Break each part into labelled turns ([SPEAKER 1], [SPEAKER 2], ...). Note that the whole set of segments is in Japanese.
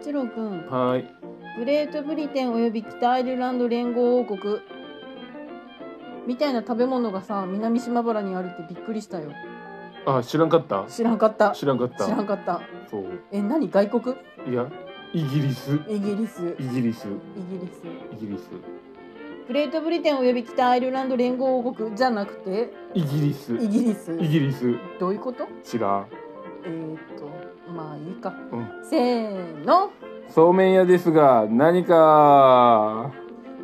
[SPEAKER 1] 一郎君
[SPEAKER 2] はい。
[SPEAKER 1] グレートブリテンおよび北アイルランド連合王国みたいな食べ物がさ南島原にあるってびっくりしたよ
[SPEAKER 2] あ、知らんかった。
[SPEAKER 1] 知らんかった知
[SPEAKER 2] 知らんかった。
[SPEAKER 1] らんかった
[SPEAKER 2] そう。
[SPEAKER 1] え何外国
[SPEAKER 2] いや、イギリス。
[SPEAKER 1] イギリスイ
[SPEAKER 2] イギリ
[SPEAKER 1] ギリ
[SPEAKER 2] ス。
[SPEAKER 1] ス
[SPEAKER 2] イギリス。
[SPEAKER 1] グレートブリテンおよび北アイルランド連合王国じゃなくて
[SPEAKER 2] イギリス。
[SPEAKER 1] イギリス
[SPEAKER 2] イギリス。
[SPEAKER 1] どういうこと
[SPEAKER 2] 知らん。
[SPEAKER 1] えー、っとまあいいか、
[SPEAKER 2] うん
[SPEAKER 1] せーの
[SPEAKER 2] そうめん屋ですが、何か。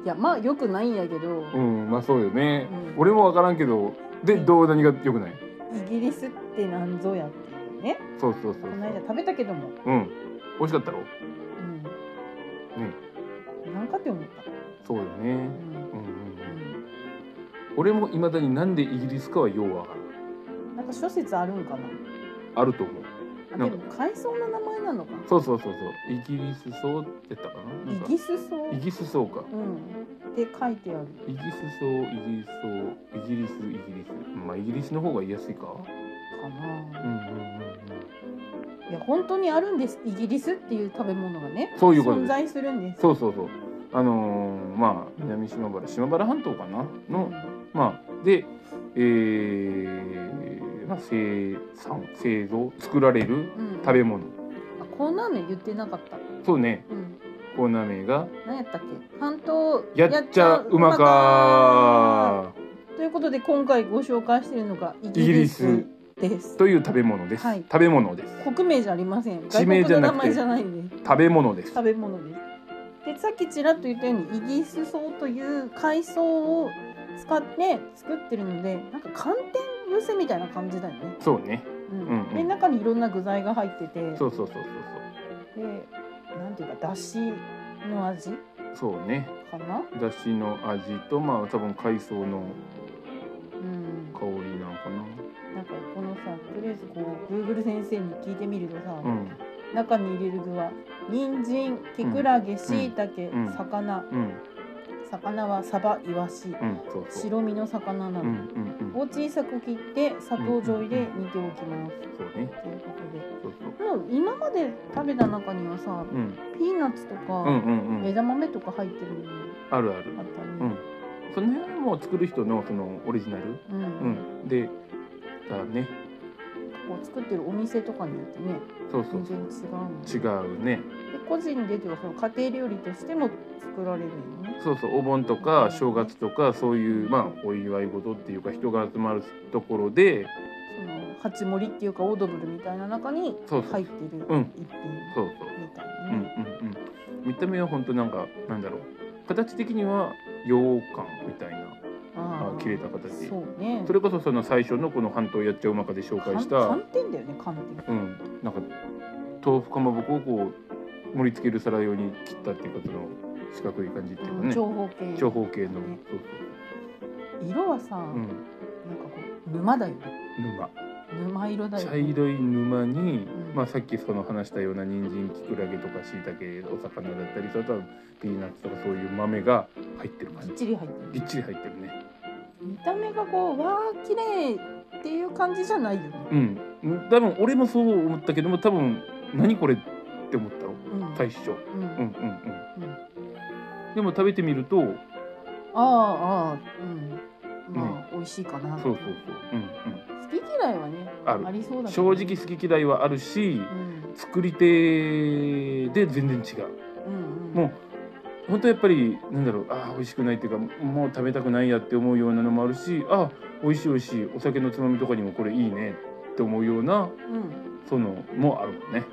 [SPEAKER 1] いやまあよくないんやけど、
[SPEAKER 2] うん、まあ、そうよね。
[SPEAKER 1] うん
[SPEAKER 2] 俺もわからんけど。で、どう、何が良くない。
[SPEAKER 1] イギリスってなんぞやっていうね
[SPEAKER 2] そうそうそうそ
[SPEAKER 1] この間
[SPEAKER 2] う。
[SPEAKER 1] 食べたけども
[SPEAKER 2] うん。美味しかったろ。ね。
[SPEAKER 1] うんなんかって思った。
[SPEAKER 2] そうよね
[SPEAKER 1] う。ん
[SPEAKER 2] うんうん
[SPEAKER 1] う
[SPEAKER 2] うん。
[SPEAKER 1] ん
[SPEAKER 2] 俺も未だになんでイギリスかはようわからん。
[SPEAKER 1] なんか諸説あるんかな。
[SPEAKER 2] あると思う。
[SPEAKER 1] あ
[SPEAKER 2] な
[SPEAKER 1] で
[SPEAKER 2] んか
[SPEAKER 1] も海藻の名前なのかな。
[SPEAKER 2] そうそうそうそう。イギリスそうって言ったかな。なん
[SPEAKER 1] イ
[SPEAKER 2] か
[SPEAKER 1] ギスソ
[SPEAKER 2] イギスそうか。
[SPEAKER 1] うん。って書いてある。
[SPEAKER 2] イギスそう、イギリスそう、イギリス、イギリス。まあ、イギリスの方が言いやすいか。
[SPEAKER 1] か
[SPEAKER 2] うん
[SPEAKER 1] な。
[SPEAKER 2] うんうん。
[SPEAKER 1] いや本当にあるんです。イギリスっていう食べ物がね。
[SPEAKER 2] そういうことです
[SPEAKER 1] 存在するんです。
[SPEAKER 2] そうそうそう。あのーまあ、南島原、島原半島かな
[SPEAKER 1] う
[SPEAKER 2] の
[SPEAKER 1] ん、
[SPEAKER 2] まあ、で、えー、まあ、生産、製造、作られる
[SPEAKER 1] うん
[SPEAKER 2] 食べ物。
[SPEAKER 1] あこんなの言ってなかった。
[SPEAKER 2] そうね、
[SPEAKER 1] うん。
[SPEAKER 2] コーナー名が、
[SPEAKER 1] 何やったっけ。半島
[SPEAKER 2] やっちゃうまか
[SPEAKER 1] ー。ということで今回ご紹介しているのがイギリスです
[SPEAKER 2] ー。という食べ物です。
[SPEAKER 1] はい
[SPEAKER 2] 食べ物です。
[SPEAKER 1] 国名じゃありません。
[SPEAKER 2] 地
[SPEAKER 1] 外
[SPEAKER 2] 名
[SPEAKER 1] 国
[SPEAKER 2] じゃ
[SPEAKER 1] の名
[SPEAKER 2] なくて
[SPEAKER 1] 前じゃないんです。
[SPEAKER 2] 食べ物です。
[SPEAKER 1] 食べ物です。でさっきちらっと言ったようにイギリス草という海藻を使って作ってるのでなんか寒天寄せみたいな感じだよね。
[SPEAKER 2] そうね。
[SPEAKER 1] うん
[SPEAKER 2] うんうん
[SPEAKER 1] で中にいろんな具材が入ってて
[SPEAKER 2] そうそうそうそう
[SPEAKER 1] でなんていうかだしの味
[SPEAKER 2] そう。そうね。
[SPEAKER 1] かな、
[SPEAKER 2] だしの味と、まあ、多分海藻の
[SPEAKER 1] うん、
[SPEAKER 2] 香りなのかな。
[SPEAKER 1] なんかこのさとりあえずこう Google 先生に聞いてみるとさ、
[SPEAKER 2] うん、
[SPEAKER 1] 中に入れる具は人参きくらげしいたけ
[SPEAKER 2] うん
[SPEAKER 1] 魚
[SPEAKER 2] うん、
[SPEAKER 1] 魚はサバイワシ
[SPEAKER 2] うん、そうそう。
[SPEAKER 1] 白身の魚など。
[SPEAKER 2] うん、うん、うん。
[SPEAKER 1] を小さく切って砂糖醤油で煮ておきます。
[SPEAKER 2] そうね。
[SPEAKER 1] ということ
[SPEAKER 2] そうそう。
[SPEAKER 1] で、もう今まで食べた中にはさ、
[SPEAKER 2] うん、
[SPEAKER 1] ピーナッツとか、
[SPEAKER 2] うん、うん、うん。
[SPEAKER 1] 枝豆とか入ってるのも
[SPEAKER 2] あるある
[SPEAKER 1] あ。った
[SPEAKER 2] う
[SPEAKER 1] ね
[SPEAKER 2] ん。。その辺はもう作る人の、そのオリジナル。
[SPEAKER 1] うん。
[SPEAKER 2] う
[SPEAKER 1] こ
[SPEAKER 2] ん、で。だね。
[SPEAKER 1] う作ってるお店とかによってね、
[SPEAKER 2] そうそ
[SPEAKER 1] 全
[SPEAKER 2] うそ
[SPEAKER 1] 然違うの。で、
[SPEAKER 2] う。違うね。
[SPEAKER 1] 個人でというかその家庭料理としても作られるよね。
[SPEAKER 2] そうそう、お盆とか正月とか、そういう、まあ、お祝い事っていうか、人が集まるところで。
[SPEAKER 1] そのハチ盛りっていうかオードブルみたいな中に
[SPEAKER 2] そうそう
[SPEAKER 1] 入ってる
[SPEAKER 2] うん
[SPEAKER 1] 一品
[SPEAKER 2] そうそう。
[SPEAKER 1] みたいな
[SPEAKER 2] うん、うん
[SPEAKER 1] ね。、
[SPEAKER 2] うん。見た目は本当なんか、なんだろう。形的には羊羹みたいな。
[SPEAKER 1] あー
[SPEAKER 2] あ切れた形
[SPEAKER 1] そうね。
[SPEAKER 2] それこそ、その最初のこの半島やっちゃうまかで紹介した。
[SPEAKER 1] 寒天だよね寒天。
[SPEAKER 2] うん、なんか豆腐かまぼこをこう盛り付ける皿用に切ったっていうことの四角い感じっていうかね
[SPEAKER 1] 長方形
[SPEAKER 2] 長方形の、
[SPEAKER 1] ね
[SPEAKER 2] そう
[SPEAKER 1] 色はさ、
[SPEAKER 2] そう、うん
[SPEAKER 1] なんか、こう沼だよね
[SPEAKER 2] 沼
[SPEAKER 1] 沼色だよ
[SPEAKER 2] 茶
[SPEAKER 1] ね
[SPEAKER 2] 色い沼に、
[SPEAKER 1] うん
[SPEAKER 2] まあ、さっきその話したような人参きくらげとかしいたけお魚だったりそれとはピーナッツとかそういう豆が入ってる
[SPEAKER 1] ぎ
[SPEAKER 2] 感
[SPEAKER 1] っ
[SPEAKER 2] じ
[SPEAKER 1] ちり入って
[SPEAKER 2] ぎ
[SPEAKER 1] る
[SPEAKER 2] っちり入ってるね
[SPEAKER 1] 見た目がこうわー綺麗っていう感じじゃないよね、
[SPEAKER 2] うん多分俺もそう思ったけども多分何これって思ったの
[SPEAKER 1] うん
[SPEAKER 2] 最初
[SPEAKER 1] うん
[SPEAKER 2] うんうんうん、でも食べてみると
[SPEAKER 1] ああああうんまあ、美味しいかな
[SPEAKER 2] そうそうそううんうん
[SPEAKER 1] 好き嫌いはね
[SPEAKER 2] ある
[SPEAKER 1] りそうだけど
[SPEAKER 2] 正直好き嫌いはある
[SPEAKER 1] う
[SPEAKER 2] し
[SPEAKER 1] ん
[SPEAKER 2] 作り手で全然違う
[SPEAKER 1] うんうん
[SPEAKER 2] もう本当やっぱりなんだろうあー美味しくないっていうかもう食べたくないやって思うようなのもあるしあー美味しい美味しいお酒のつまみとかにもこれいいねって思うような
[SPEAKER 1] うん
[SPEAKER 2] そのもあるもんね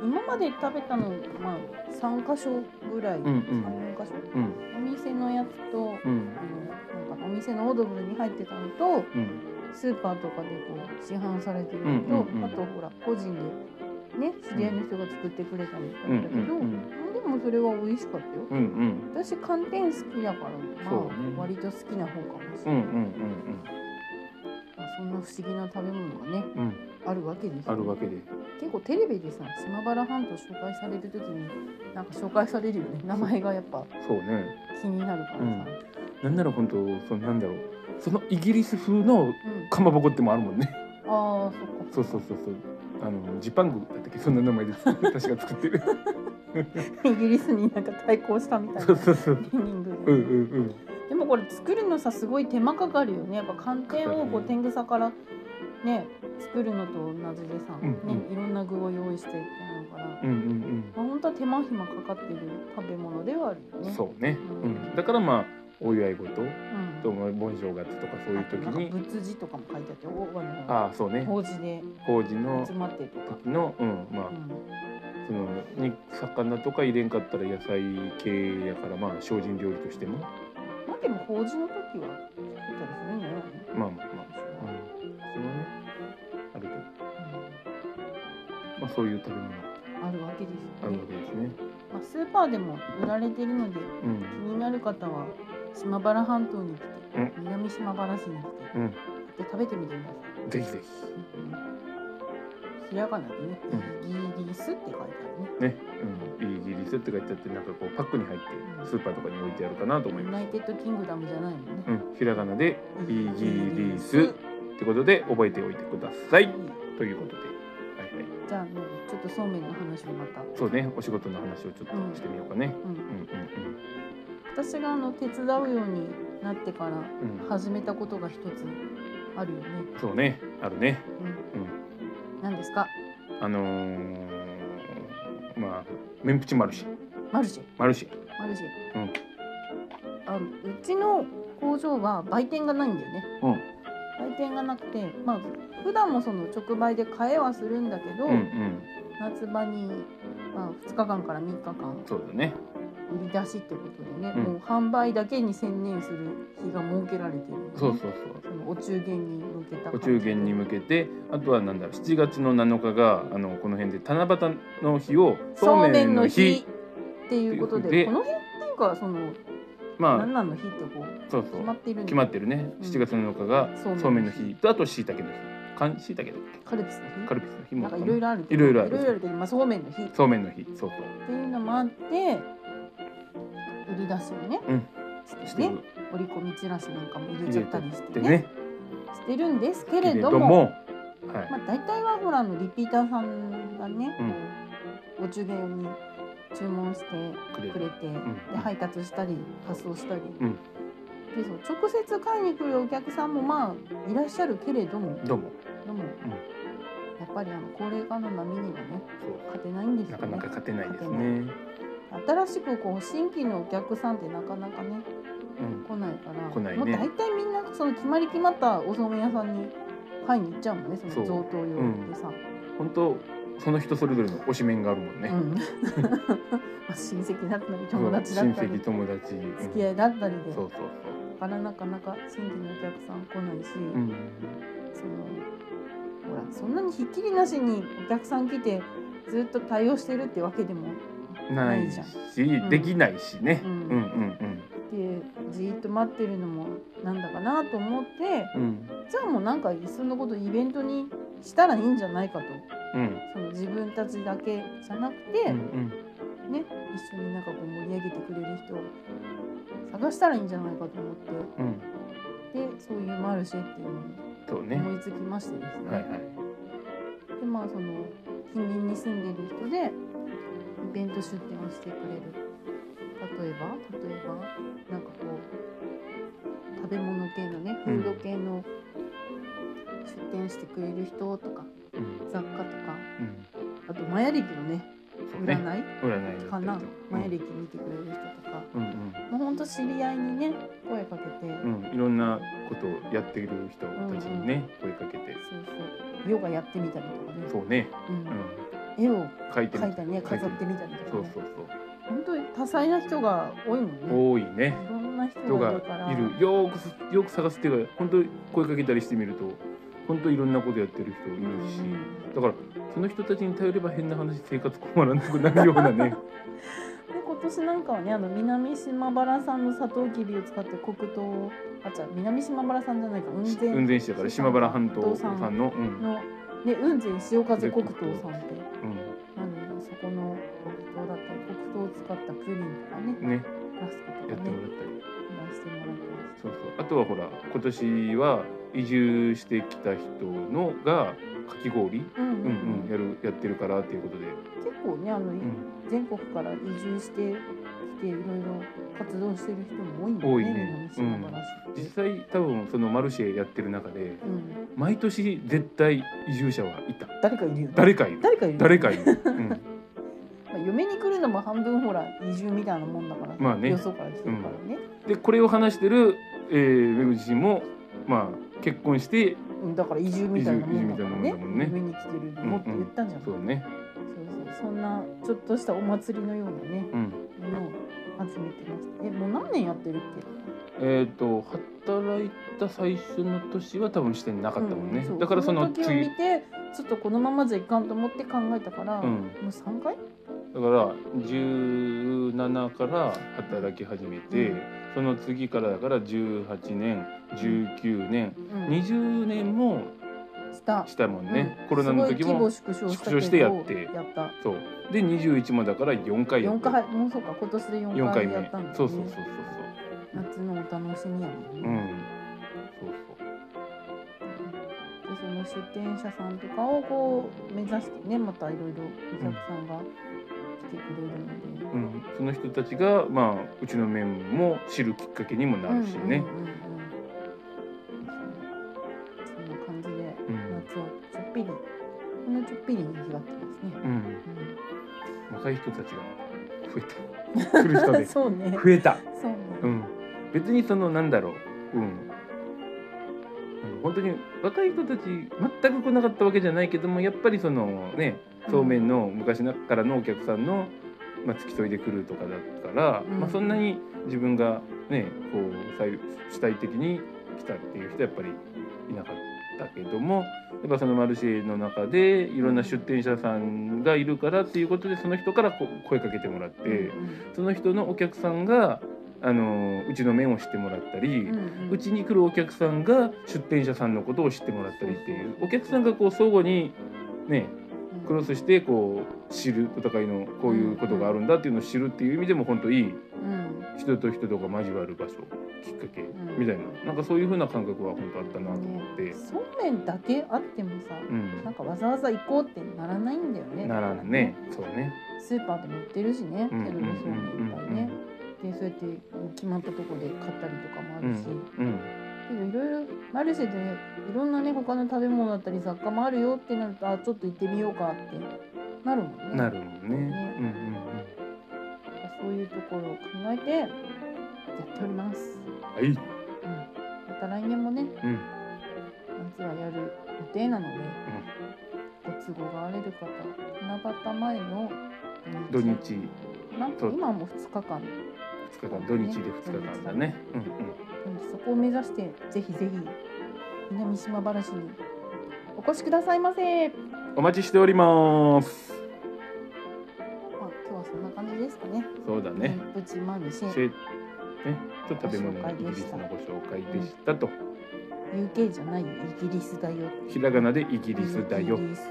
[SPEAKER 1] 今まで食べたのまあ三箇所ぐらい、
[SPEAKER 2] うんうん
[SPEAKER 1] 三箇所
[SPEAKER 2] うん
[SPEAKER 1] お店のやつと、
[SPEAKER 2] うん
[SPEAKER 1] あのなんかお店のオードブルに入ってたのと、
[SPEAKER 2] うん
[SPEAKER 1] スーパーとかでこう市販されてるのと、
[SPEAKER 2] うんうんうん
[SPEAKER 1] あとほら個人でね知り合いの人が作ってくれたみた
[SPEAKER 2] うんう
[SPEAKER 1] い
[SPEAKER 2] ん
[SPEAKER 1] だけど、
[SPEAKER 2] うん
[SPEAKER 1] でもそれは美味しかったよ、
[SPEAKER 2] うんうん
[SPEAKER 1] 私寒天好きだから、ま
[SPEAKER 2] そうね
[SPEAKER 1] あ、割と好きな方かもし
[SPEAKER 2] う
[SPEAKER 1] れ
[SPEAKER 2] ん
[SPEAKER 1] ない、
[SPEAKER 2] うん
[SPEAKER 1] まあそんな不思議な食べ物がね
[SPEAKER 2] うんうん
[SPEAKER 1] あるわけですよ
[SPEAKER 2] あるわけで
[SPEAKER 1] 結構テレビでさ島原半島紹介される時になんか紹介されるよね名前がやっぱ
[SPEAKER 2] そうね
[SPEAKER 1] 気になるからさ、
[SPEAKER 2] なんなら本当そのなんだろうそのイギリス風の
[SPEAKER 1] うん
[SPEAKER 2] かまぼこってもあるもんね
[SPEAKER 1] ああそっか
[SPEAKER 2] そうそうそうそう。あのジパングだったっけそんな名前で確か作ってる。
[SPEAKER 1] イギリスになんか対抗したみたい
[SPEAKER 2] そう
[SPEAKER 1] な
[SPEAKER 2] そうそう
[SPEAKER 1] ミーニング
[SPEAKER 2] う
[SPEAKER 1] で、
[SPEAKER 2] んうん
[SPEAKER 1] でもこれ作るのさすごい手間かかるよねやっぱ寒天をこう
[SPEAKER 2] かかるね
[SPEAKER 1] 天草からね作るのと同じでさ、
[SPEAKER 2] うんうん
[SPEAKER 1] ね、いろんな具を用意してってなるから、まあ、
[SPEAKER 2] うんうんうん
[SPEAKER 1] 本当は手間暇かかってる食べ物ではあるよ
[SPEAKER 2] うん
[SPEAKER 1] ね。
[SPEAKER 2] そうね、うん、だからまあお祝い事
[SPEAKER 1] うん
[SPEAKER 2] とも盆正月とかそういう時
[SPEAKER 1] あとなんか
[SPEAKER 2] に
[SPEAKER 1] 仏事とかも書いてあっておあの
[SPEAKER 2] ああそうね
[SPEAKER 1] 法事で
[SPEAKER 2] 法事の
[SPEAKER 1] 集まってとか、
[SPEAKER 2] 時のうんまあ
[SPEAKER 1] うん
[SPEAKER 2] そのに魚とか入れんかったら野菜系やからまあ精進料理としても
[SPEAKER 1] まあでも法事の時は作ったりするんじゃないの
[SPEAKER 2] まあまあまあ、うん、それはねあるけど、まあ、そういう食べ物が
[SPEAKER 1] うんあるわけです
[SPEAKER 2] あ
[SPEAKER 1] よ
[SPEAKER 2] る
[SPEAKER 1] ね
[SPEAKER 2] わけですね。
[SPEAKER 1] まあ、スーパーでも売られてるので
[SPEAKER 2] うん
[SPEAKER 1] 気になる方は島原半島に来て、
[SPEAKER 2] うん
[SPEAKER 1] 南島原市に来て
[SPEAKER 2] うん
[SPEAKER 1] で食べてみてくださ
[SPEAKER 2] ぜひぜ
[SPEAKER 1] い、
[SPEAKER 2] ひ
[SPEAKER 1] ひらがなでね「イギリス」って書いてあるね
[SPEAKER 2] ね、うん、イギリスって書いてあってなんかこうパックに入ってスーパーとかに置いてあるかなと思い
[SPEAKER 1] ユ
[SPEAKER 2] ま
[SPEAKER 1] ナ
[SPEAKER 2] す
[SPEAKER 1] イ。テッドキングダムじゃないのね
[SPEAKER 2] うん、ひらがなでイギリス
[SPEAKER 1] イ
[SPEAKER 2] っ
[SPEAKER 1] ギ
[SPEAKER 2] てことで覚えておいてください
[SPEAKER 1] リス
[SPEAKER 2] ということで、はいはい、
[SPEAKER 1] じゃあもうちょっとそうめんの話をまた、う
[SPEAKER 2] そうねお仕事の話をちょっとしてみようかね。うん
[SPEAKER 1] ん、
[SPEAKER 2] うんう
[SPEAKER 1] 私があの手伝うようになってから
[SPEAKER 2] んうん、
[SPEAKER 1] 始めたことが一つあるよね、
[SPEAKER 2] そうねあるね。
[SPEAKER 1] う
[SPEAKER 2] うん
[SPEAKER 1] ん、何ですか
[SPEAKER 2] あのー、まあメンプチマルシェ
[SPEAKER 1] マルシェ
[SPEAKER 2] マルシェ
[SPEAKER 1] マルシェ、うん、あうちの工場は売店がないんだよね
[SPEAKER 2] うん
[SPEAKER 1] 売店がなくてまあ普段もその直売で買えはするんだけど、
[SPEAKER 2] うんうん
[SPEAKER 1] 夏場に、まあ、2日間から3日間
[SPEAKER 2] そうだね
[SPEAKER 1] 売り出しってことでね、
[SPEAKER 2] う
[SPEAKER 1] も
[SPEAKER 2] ん
[SPEAKER 1] う販売だけに専念する日が設けられてるよね、
[SPEAKER 2] そうそうそう
[SPEAKER 1] そのお中元に向けた
[SPEAKER 2] お中元に向けてあとはなんだろう7月の7日があのこの辺で七夕の日を
[SPEAKER 1] そうめんの日っていうことで
[SPEAKER 2] で
[SPEAKER 1] この辺っていうかその
[SPEAKER 2] ま
[SPEAKER 1] 何なんの日ってこう
[SPEAKER 2] あそうそ
[SPEAKER 1] 決ま
[SPEAKER 2] う
[SPEAKER 1] っているん
[SPEAKER 2] 決ま
[SPEAKER 1] で
[SPEAKER 2] ってるね
[SPEAKER 1] うん
[SPEAKER 2] 7月の7日が
[SPEAKER 1] そうめんの日
[SPEAKER 2] そうめんの日とあとしいたけの日かんしいたけだっけ
[SPEAKER 1] カルピスの日
[SPEAKER 2] カルピスの日
[SPEAKER 1] な
[SPEAKER 2] も
[SPEAKER 1] んかいろいろあるけど
[SPEAKER 2] いろいろある
[SPEAKER 1] けど、まあ、そうめんの日っ
[SPEAKER 2] そうめんの日そう
[SPEAKER 1] ていうのもあって売り出しをね、
[SPEAKER 2] うん
[SPEAKER 1] してね
[SPEAKER 2] そうしてる
[SPEAKER 1] 折り込みチラシなんかも入れ
[SPEAKER 2] 入
[SPEAKER 1] ちゃ
[SPEAKER 2] れ
[SPEAKER 1] ったり
[SPEAKER 2] て
[SPEAKER 1] し
[SPEAKER 2] ってて
[SPEAKER 1] ね
[SPEAKER 2] ね
[SPEAKER 1] してるんですけ
[SPEAKER 2] け
[SPEAKER 1] れ
[SPEAKER 2] れ
[SPEAKER 1] ど
[SPEAKER 2] ど
[SPEAKER 1] も
[SPEAKER 2] もはい
[SPEAKER 1] まあ、大体はほらあのリピーターさんがね、
[SPEAKER 2] うん
[SPEAKER 1] こうお中元用に注文して
[SPEAKER 2] くれ
[SPEAKER 1] く
[SPEAKER 2] る
[SPEAKER 1] れて、
[SPEAKER 2] ん
[SPEAKER 1] で配達したり発送したり、
[SPEAKER 2] うん
[SPEAKER 1] でその直接買いに来るお客さんもまあいらっしゃるけれども
[SPEAKER 2] どうも
[SPEAKER 1] でも、
[SPEAKER 2] うん
[SPEAKER 1] やっぱりあの高齢化の波にはね
[SPEAKER 2] そう
[SPEAKER 1] 勝てないんです
[SPEAKER 2] な
[SPEAKER 1] よ
[SPEAKER 2] か
[SPEAKER 1] ね
[SPEAKER 2] なか勝てないです
[SPEAKER 1] 勝
[SPEAKER 2] ね
[SPEAKER 1] 新しくこう新規のお客さんってなかなかね
[SPEAKER 2] うん
[SPEAKER 1] 来ないから
[SPEAKER 2] 来ないね
[SPEAKER 1] もう大体みんなその決まり決まったおそうめん屋さんに買いに行っちゃうもんねそ
[SPEAKER 2] そう
[SPEAKER 1] の贈答用でさ。
[SPEAKER 2] 本当その人それぞれの推しメンがあるもんね、
[SPEAKER 1] うん まあ親戚だったり
[SPEAKER 2] そう
[SPEAKER 1] 友達だった
[SPEAKER 2] 親
[SPEAKER 1] り
[SPEAKER 2] 戚友達うん
[SPEAKER 1] 付き合いだったりで
[SPEAKER 2] そ
[SPEAKER 1] だ
[SPEAKER 2] うそう
[SPEAKER 1] からなかなか新規のお客さん来ないし、
[SPEAKER 2] そううん
[SPEAKER 1] そのほらそんなにひっきりなしにお客さん来てずっと対応してるってわけでも
[SPEAKER 2] ないし
[SPEAKER 1] ないん
[SPEAKER 2] できないしね、う
[SPEAKER 1] うんん、
[SPEAKER 2] うんうん
[SPEAKER 1] でじーっと待ってるのもなんだかなと思って
[SPEAKER 2] うん
[SPEAKER 1] じゃあもうなんかいっそのことイベントにしたらいいんじゃないかと
[SPEAKER 2] うん
[SPEAKER 1] その自分たちだけじゃなく
[SPEAKER 2] う
[SPEAKER 1] て、
[SPEAKER 2] ん
[SPEAKER 1] ね一緒になんかこう盛り上げてくれる人を探したらいいんじゃないかと思って
[SPEAKER 2] うんうん
[SPEAKER 1] でそういうマルシェっていうのに
[SPEAKER 2] そうね
[SPEAKER 1] 思いつきましてですね、
[SPEAKER 2] はいはい
[SPEAKER 1] でまあその近隣に住んでる人でイベント出店をしてくれる例えば例えばなんかこう食べ物系のねフード系の出店してくれる人とか
[SPEAKER 2] うん
[SPEAKER 1] 雑貨とか
[SPEAKER 2] うん
[SPEAKER 1] あとマヤ歴のね
[SPEAKER 2] そうね
[SPEAKER 1] 占い
[SPEAKER 2] 占いだ
[SPEAKER 1] かな、
[SPEAKER 2] ったりと
[SPEAKER 1] マヤ歴見てくれる人とか、
[SPEAKER 2] うん
[SPEAKER 1] もうほんと知り合いにね声かけて、
[SPEAKER 2] うんうんいろんなことをやっている人たちにね声かけて
[SPEAKER 1] そうそうヨガやってみたりとかね
[SPEAKER 2] そうね
[SPEAKER 1] うん
[SPEAKER 2] うん
[SPEAKER 1] 絵を
[SPEAKER 2] 書いてみ
[SPEAKER 1] 描いたりね飾ってみたりとか
[SPEAKER 2] そう
[SPEAKER 1] ね
[SPEAKER 2] そう
[SPEAKER 1] 本当に多彩な人が多いもんね
[SPEAKER 2] そう多いね
[SPEAKER 1] いろんな人
[SPEAKER 2] 人
[SPEAKER 1] が
[SPEAKER 2] が
[SPEAKER 1] いるから
[SPEAKER 2] いるよーくすよく探すっていうか本当に声かけたりしてみると本当いろんなことやってる人い
[SPEAKER 1] うんう
[SPEAKER 2] るし、
[SPEAKER 1] ん
[SPEAKER 2] だからその人たちに頼れば変な話生活困らなくなるような ね
[SPEAKER 1] で今年なんかはねあの南島原産のサトウキビを使って黒糖をあ違う南島原産じゃないか雲
[SPEAKER 2] 運
[SPEAKER 1] 仙
[SPEAKER 2] 転手だから島原半島さんの、うん
[SPEAKER 1] のね雲仙潮風黒糖さんってなのでそこの黒糖だったり黒糖を使ったプリンとかね
[SPEAKER 2] うん、ね
[SPEAKER 1] ラスクと
[SPEAKER 2] やっ
[SPEAKER 1] か
[SPEAKER 2] て
[SPEAKER 1] ね
[SPEAKER 2] もらったり
[SPEAKER 1] 出してもらってます
[SPEAKER 2] そうそうあとはほら今年は移住してきた人のがかき氷、
[SPEAKER 1] うん
[SPEAKER 2] うんうん、やるやってるからっていうことで、
[SPEAKER 1] 結構ねあの、
[SPEAKER 2] ん
[SPEAKER 1] 全国から移住してきていろいろ活動してる人も多いんだ
[SPEAKER 2] 多い
[SPEAKER 1] ね
[SPEAKER 2] ね
[SPEAKER 1] 南島原市っ
[SPEAKER 2] 実
[SPEAKER 1] て。
[SPEAKER 2] 際多分そのマルシェやってる中で
[SPEAKER 1] うん、
[SPEAKER 2] 毎年絶対移住者はいた
[SPEAKER 1] 誰かいるよね
[SPEAKER 2] 誰かいる
[SPEAKER 1] 誰かいるよね
[SPEAKER 2] 誰かい る、うん、
[SPEAKER 1] まあ、嫁に来るのも半分ほら移住みたいなもんだから、
[SPEAKER 2] まあね
[SPEAKER 1] よそから来てるからね、
[SPEAKER 2] でこれを話してる、えー、ウェブ自身もまあ結婚して
[SPEAKER 1] うん、だから移住みたいなもんだからね
[SPEAKER 2] 移住移住みたいなもんだもんね
[SPEAKER 1] 嫁に来てるのもって言ったんじゃん、
[SPEAKER 2] そうね
[SPEAKER 1] そうそうそんなちょっとしたお祭りのようなね
[SPEAKER 2] う
[SPEAKER 1] も
[SPEAKER 2] ん
[SPEAKER 1] のを集めてますえもう何年やってるっけ
[SPEAKER 2] えっ、と働いた最初の年は多分してなかったもんね、
[SPEAKER 1] うう
[SPEAKER 2] だからその
[SPEAKER 1] 時を見
[SPEAKER 2] 次
[SPEAKER 1] てちょっとこのままじゃいかんと思って考えたから、
[SPEAKER 2] う
[SPEAKER 1] も
[SPEAKER 2] ん
[SPEAKER 1] う3回
[SPEAKER 2] だから17から働き始めて、
[SPEAKER 1] うん
[SPEAKER 2] その次からだから18年19年
[SPEAKER 1] うん
[SPEAKER 2] 20年も
[SPEAKER 1] した
[SPEAKER 2] したもんね、
[SPEAKER 1] うん
[SPEAKER 2] コロナの時も
[SPEAKER 1] すごい規模縮小したけど
[SPEAKER 2] 縮小してやって
[SPEAKER 1] やった
[SPEAKER 2] そうで21もだから4回やっ
[SPEAKER 1] 4
[SPEAKER 2] た
[SPEAKER 1] 回もうそうか今年で
[SPEAKER 2] 4
[SPEAKER 1] 4
[SPEAKER 2] 回
[SPEAKER 1] 回
[SPEAKER 2] 目
[SPEAKER 1] やったんだよね
[SPEAKER 2] そうそうそうそう
[SPEAKER 1] 夏のお楽しみやもんね、
[SPEAKER 2] そううんそう
[SPEAKER 1] でその出店者さんとかをこう目指してねまたいろいろお客さんが来てくれるので、
[SPEAKER 2] そう、うん、その人たちがまあうちのメンバーも知るきっかけにもなるし
[SPEAKER 1] う
[SPEAKER 2] ね、
[SPEAKER 1] んうんうんうんそんな感じで
[SPEAKER 2] うん
[SPEAKER 1] 夏をちょっぴりこのちょっぴりにぎわってますね、
[SPEAKER 2] うん
[SPEAKER 1] う
[SPEAKER 2] 若い人たちが増え た来る人
[SPEAKER 1] ん
[SPEAKER 2] で
[SPEAKER 1] そうね
[SPEAKER 2] 増えた、
[SPEAKER 1] そうね、
[SPEAKER 2] うん、別にそのなんだろう、うん、うん本当に若い人たち全く来なかったわけじゃないけどもやっぱりそのねそうめんの昔からのお客さんの、まあ、付き添いで来るとかだから、
[SPEAKER 1] うん
[SPEAKER 2] まあ、そんなに自分がねこう最主体的に来たっていう人はやっぱりいなかったけどもやっぱそのマルシェの中でいろんな出店者さんがいるからっていうことでその人からこう声かけてもらって、
[SPEAKER 1] うん
[SPEAKER 2] その人のお客さんがあのうちの麺を知ってもらったり。
[SPEAKER 1] うんうん
[SPEAKER 2] うちに来るお客さんが出店者さんのことを知ってもらったりっていうお客さんがこう相互にねクロスしてこう知るお互いのこういうことがあるんだっていうのを知るっていう意味でも本当いい
[SPEAKER 1] うん
[SPEAKER 2] 人と人とが交わる場所きっかけ
[SPEAKER 1] ん
[SPEAKER 2] みたいななんかそういう風な感覚は本当あったなと思って
[SPEAKER 1] ね、そうめんだけあってもさ、
[SPEAKER 2] う
[SPEAKER 1] なん
[SPEAKER 2] ん、
[SPEAKER 1] かわざわざ行こうってならないんだよね
[SPEAKER 2] ならんねそうね
[SPEAKER 1] スーパーでも売ってるしね、
[SPEAKER 2] うんうん
[SPEAKER 1] ケルのそうめんいっぱいね
[SPEAKER 2] う、
[SPEAKER 1] でそうやって決まったところで買ったりとかもあ
[SPEAKER 2] う
[SPEAKER 1] るし、
[SPEAKER 2] んうん
[SPEAKER 1] けどいろいろマルシェでいろんなね他の食べ物だったり雑貨もあるよってなるとあちょっと行ってみようかってなるもんね
[SPEAKER 2] なるもんね
[SPEAKER 1] ね
[SPEAKER 2] うんうんうん
[SPEAKER 1] そういうところを考えてやっております、
[SPEAKER 2] はい
[SPEAKER 1] うん、また来年もね
[SPEAKER 2] うん
[SPEAKER 1] 夏はやる予定なので、ご都合があれる方七夕前の
[SPEAKER 2] 土日
[SPEAKER 1] 日なんか
[SPEAKER 2] そう
[SPEAKER 1] 今も2日間
[SPEAKER 2] 2日間土日で2日間だねうんうん
[SPEAKER 1] うんそこを目指してぜひぜひ南島原市にお越しくださいませ。
[SPEAKER 2] お待ちしております
[SPEAKER 1] まあ、今日はそんな感じですかね。
[SPEAKER 2] そうだね、
[SPEAKER 1] プチマルシ
[SPEAKER 2] せ
[SPEAKER 1] ェ
[SPEAKER 2] ね、ちょっと食べ物のイギリスのご紹介でしたと、
[SPEAKER 1] UK じゃないイギリスだよ。
[SPEAKER 2] ひらがなでイギリスだよ
[SPEAKER 1] イギ、リス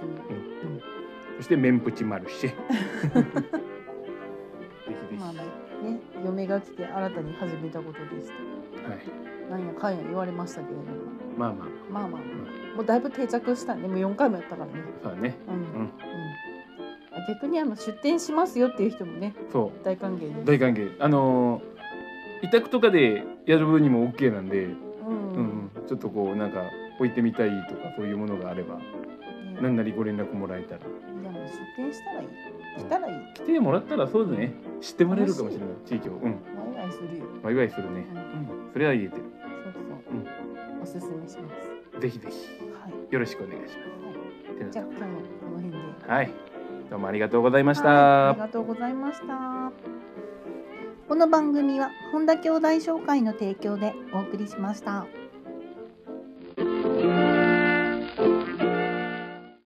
[SPEAKER 2] そしてメンプチマル シェ。ぜひぜひ、
[SPEAKER 1] まあ
[SPEAKER 2] は
[SPEAKER 1] ね、ね嫁が来て新たに始めたことです
[SPEAKER 2] い、
[SPEAKER 1] と。なんやかんや言われましたけれども、
[SPEAKER 2] まあまあ、
[SPEAKER 1] まあまあまあ、もうだいぶ定着したね。もう4回もやったからね。
[SPEAKER 2] そうだね、
[SPEAKER 1] うん。うん。
[SPEAKER 2] ん
[SPEAKER 1] 逆にあの出店しますよっていう人もね
[SPEAKER 2] そ
[SPEAKER 1] 大歓迎
[SPEAKER 2] う、
[SPEAKER 1] で
[SPEAKER 2] 大歓迎、あのー委託とかでやる分にもオッケーなんで、
[SPEAKER 1] うん
[SPEAKER 2] うん、ちょっとこうなんか置いてみたいとかそういうものがあれば、
[SPEAKER 1] ね
[SPEAKER 2] 何なりご連絡もらえたら、
[SPEAKER 1] いやもう出店したらいい来たらいい
[SPEAKER 2] 来てもらったらそうだね、知ってもらえるかもしれない地域を、うん、
[SPEAKER 1] ワイワイするよ
[SPEAKER 2] ワイワイするね、うん、それは言えて
[SPEAKER 1] そうそう、
[SPEAKER 2] うん
[SPEAKER 1] おすすめします
[SPEAKER 2] る、ぜひぜひ
[SPEAKER 1] はい、
[SPEAKER 2] よろしくお願いし
[SPEAKER 1] は
[SPEAKER 2] ま
[SPEAKER 1] い、じ
[SPEAKER 2] す
[SPEAKER 1] ゃあ。今日はこの辺で
[SPEAKER 2] はい。どうもありがとうございました。
[SPEAKER 1] はいありがとうございましたこの番組は本田兄弟紹介の提供でお送りしました